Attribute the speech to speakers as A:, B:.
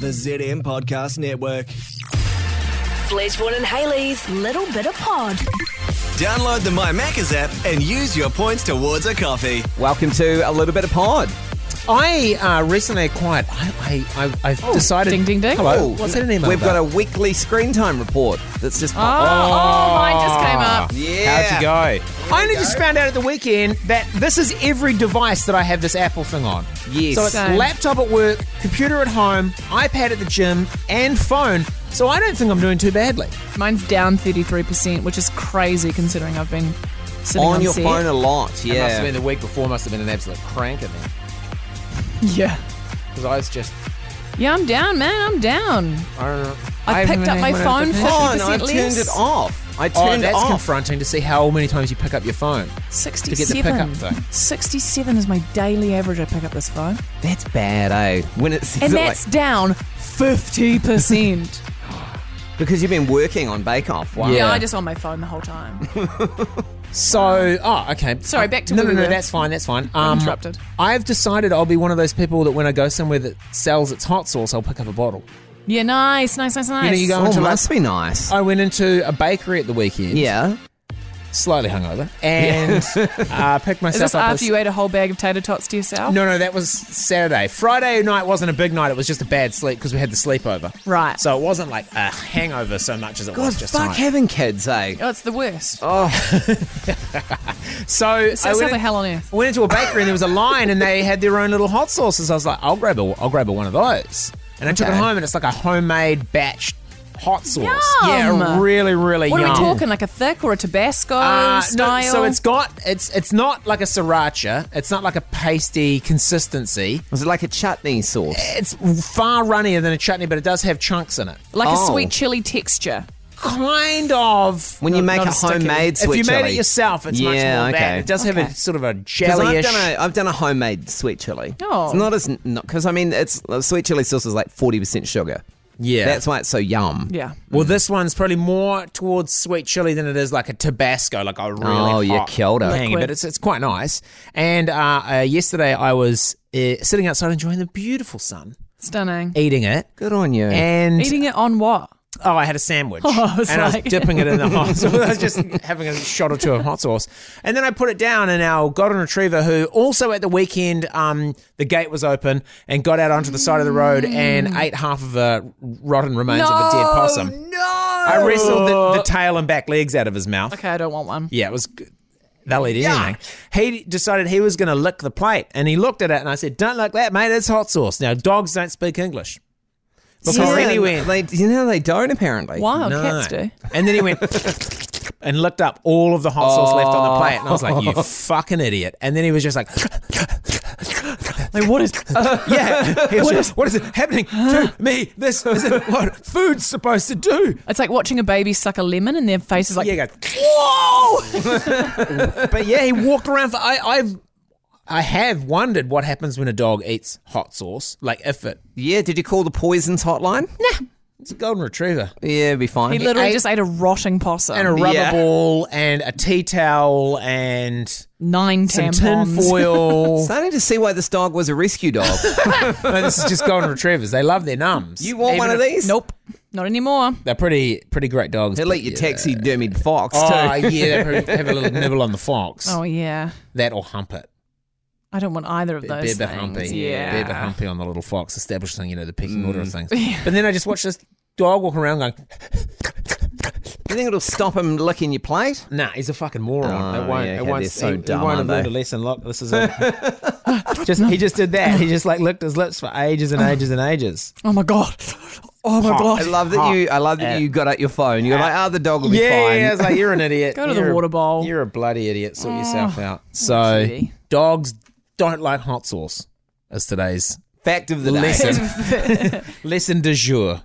A: the ZM Podcast Network.
B: Fledgeborn and Haley's Little Bit of Pod.
A: Download the My Maccas app and use your points towards a coffee.
C: Welcome to a little bit of pod.
D: I uh, recently acquired. I, I, I, I've decided.
E: ding, ding, ding.
A: Oh,
D: Hello. Oh, What's that an email?
C: Oh, We've got a
D: about?
C: weekly screen time report that's just.
E: Oh, oh, mine just came up.
C: Yeah.
D: Ah. How'd you go? I only just found out at the weekend that this is every device that I have this Apple thing on.
C: Yes.
D: So it's
E: Same.
D: laptop at work, computer at home, iPad at the gym, and phone. So I don't think I'm doing too badly.
E: Mine's down 33%, which is crazy considering I've been sitting on,
C: on your
E: set.
C: phone a lot.
F: It must have
C: Yeah.
F: been the week before. Must have been an absolute crank at me
E: Yeah.
F: because I was just.
E: Yeah, I'm down, man. I'm down.
F: I don't know.
E: I,
F: haven't
E: picked up
F: even
E: my
F: had
E: phone
F: of the-
E: 50%
C: Oh, and I
E: less.
C: turned it off. I
D: Oh,
C: turned it
D: that's
C: off.
D: confronting to see how many times you pick up your phone.
E: 67.
D: pickup thing.
E: 67 is my daily average I pick up this phone.
C: that's bad, eh? When it says
E: And
C: it
E: that's
C: like,
E: down 50%.
C: because you've been working on Bake Off. Wow.
E: yeah. I just on my phone the whole time.
D: So, oh, okay.
E: Sorry, back to
D: no,
E: where
D: no,
E: we
D: no.
E: were.
D: That's fine. That's fine. Um,
E: interrupted.
D: I've decided I'll be one of those people that when I go somewhere that sells its hot sauce, I'll pick up a bottle.
E: Yeah, nice, nice, nice, nice.
D: know, you go-
C: Oh,
D: Interrupt-
C: must be nice.
D: I went into a bakery at the weekend.
C: Yeah.
D: slightly hungover, and uh, picked myself
E: is this
D: up.
E: after
D: a-
E: you ate a whole bag of tater tots to yourself?
D: no, no, that was Saturday. Friday night wasn't a big night; it was just a bad sleep because we had the sleepover.
E: Right.
D: So it wasn't like a hangover so much as it
C: God,
D: was just.
C: fuck
D: tonight.
C: having kids, eh?
E: Oh, it's the worst.
D: So
E: it
D: I
E: sounds
D: went,
E: like
D: in-
E: hell on earth.
D: went into a bakery and there was a line, and they had their own little hot sauces. I was like, I'll grab a, I'll grab a one of those, and I took it
C: Okay.
D: home, and it's like a homemade batch hot sauce. Yeah,
E: Yum.
D: really, really.
E: What are
D: yum.
E: we talking? Like a thick or a Tabasco
D: Uh,
E: style?
D: No, so it's got it's it's not like a sriracha. It's not like a pasty consistency.
C: Was it like a chutney sauce?
D: It's far runnier than a chutney, but it does have chunks in it.
E: like
C: oh.
E: a sweet chili texture.
D: Kind of.
C: When you make
E: not
C: a
E: a sticky.
C: homemade
D: if
C: sweet
D: you made
C: chili.
D: it yourself, it's much more
C: Yeah,
D: bad.
C: okay.
D: It does have
E: Okay.
D: a sort of a
C: 'Cause I've
D: jellyish.
C: done, a, I've done a homemade sweet chili.
E: Oh.
C: It's not as not because I mean it's uh, sweet chili sauce is like forty percent sugar.
D: Yeah.
C: that's why it's so yum.
E: Yeah.
C: Mm.
D: Well, this one's probably more towards sweet chili than it is like a Tabasco, like a really
C: Oh, you
D: hot
C: killed it.
D: tangy,
E: Liquid.
D: but it's it's quite nice. And uh, uh, yesterday I was uh, sitting outside enjoying the beautiful sun,
E: Stunning.
D: eating it,
C: Good on you.
D: and
E: Eating it on what?
D: Oh, I had a sandwich.
E: I was
D: and I
E: like-
D: was dipping it in the hot sauce. I was just having a shot or two of hot sauce. And then I put it down, and our golden retriever, who also at the weekend, um, the gate was open and got out onto the side of the road and ate half of a rotten remains of a dead
E: Mm. No,
D: possum. No! I wrestled the, the tail and back legs out of his mouth.
E: Okay, I don't want one.
D: Yeah, it was. g- They'll eat anything. He decided he was going to lick the plate, and he looked at it, and I said, "Don't lick that, mate. It's hot sauce." Now, dogs don't speak English. Because
C: Yeah,
D: then he went-
C: they, you know they don't apparently.
E: Wild
D: no.
E: Oh, cats do.
D: And then he went and licked up all of the hot sauce left on
E: Oh.
D: the plate. And I was like, you fucking idiot. And then he was just like,
E: Like, what is.
D: yeah. He was just, what is it happening to me? This isn't what food's supposed to do.
E: It's like watching a baby suck a lemon and their face is like.
D: yeah, he goes, whoa. but yeah, he walked around for, I, I've, I have wondered what happens when a dog eats hot sauce. Like if it,
C: Yeah, did you call the poisons hotline? No.
D: it's a golden retriever.
C: Yeah, it'd be fine.
E: He literally
D: ate-
E: just ate a rotting possum.
D: And a rubber
C: Yeah.
D: ball and a tea towel and
E: nine
D: some
E: tampons.
D: tin foil.
C: Starting to see why this dog was a rescue dog.
D: No, this is just golden retrievers. They love their nums.
C: you want
D: Even
C: one of
D: if-
C: these?
E: Nope. Not anymore.
D: They're pretty pretty great dogs.
C: He'll
D: but
C: eat your
D: yeah.
C: taxidermied fox
D: Oh
C: too.
D: yeah, they probably have a little nibble on the fox.
E: Oh, yeah.
D: That or hump it.
E: I don't want either of
D: They're
E: those.
D: bit
E: things.
D: humpy.
E: Yeah.
D: They're bit humpy on the little fox, establishing you know the pecking order of
C: Mm.
D: things. But then I just watched this dog walk around going,
C: You think it'll stop him licking your plate?
D: Nah, he's a fucking moron.
C: Oh,
D: it won't.
C: yeah,
D: it
C: okay,
D: won't.
C: they're so
D: he, he
C: dumb,
D: won't have
C: aren't they?
D: learned a lesson. Look, this is it. just he just did that. He just like licked his lips for ages and ages and ages.
E: Oh, my God. Oh, my
D: Hot.
E: God.
C: I love that you. I love that
D: Yeah.
C: you got out your phone. You're like, oh, the dog will be
D: yeah,
C: fine.
D: yeah, I was like, you're an idiot.
E: Go to the
D: You're a-
E: water bowl. Ah,
D: You're a bloody idiot. Sort yourself out. So
E: gee.
D: dogs don't like hot sauce. As today's
C: Fact of the day.
D: lesson lesson du jour.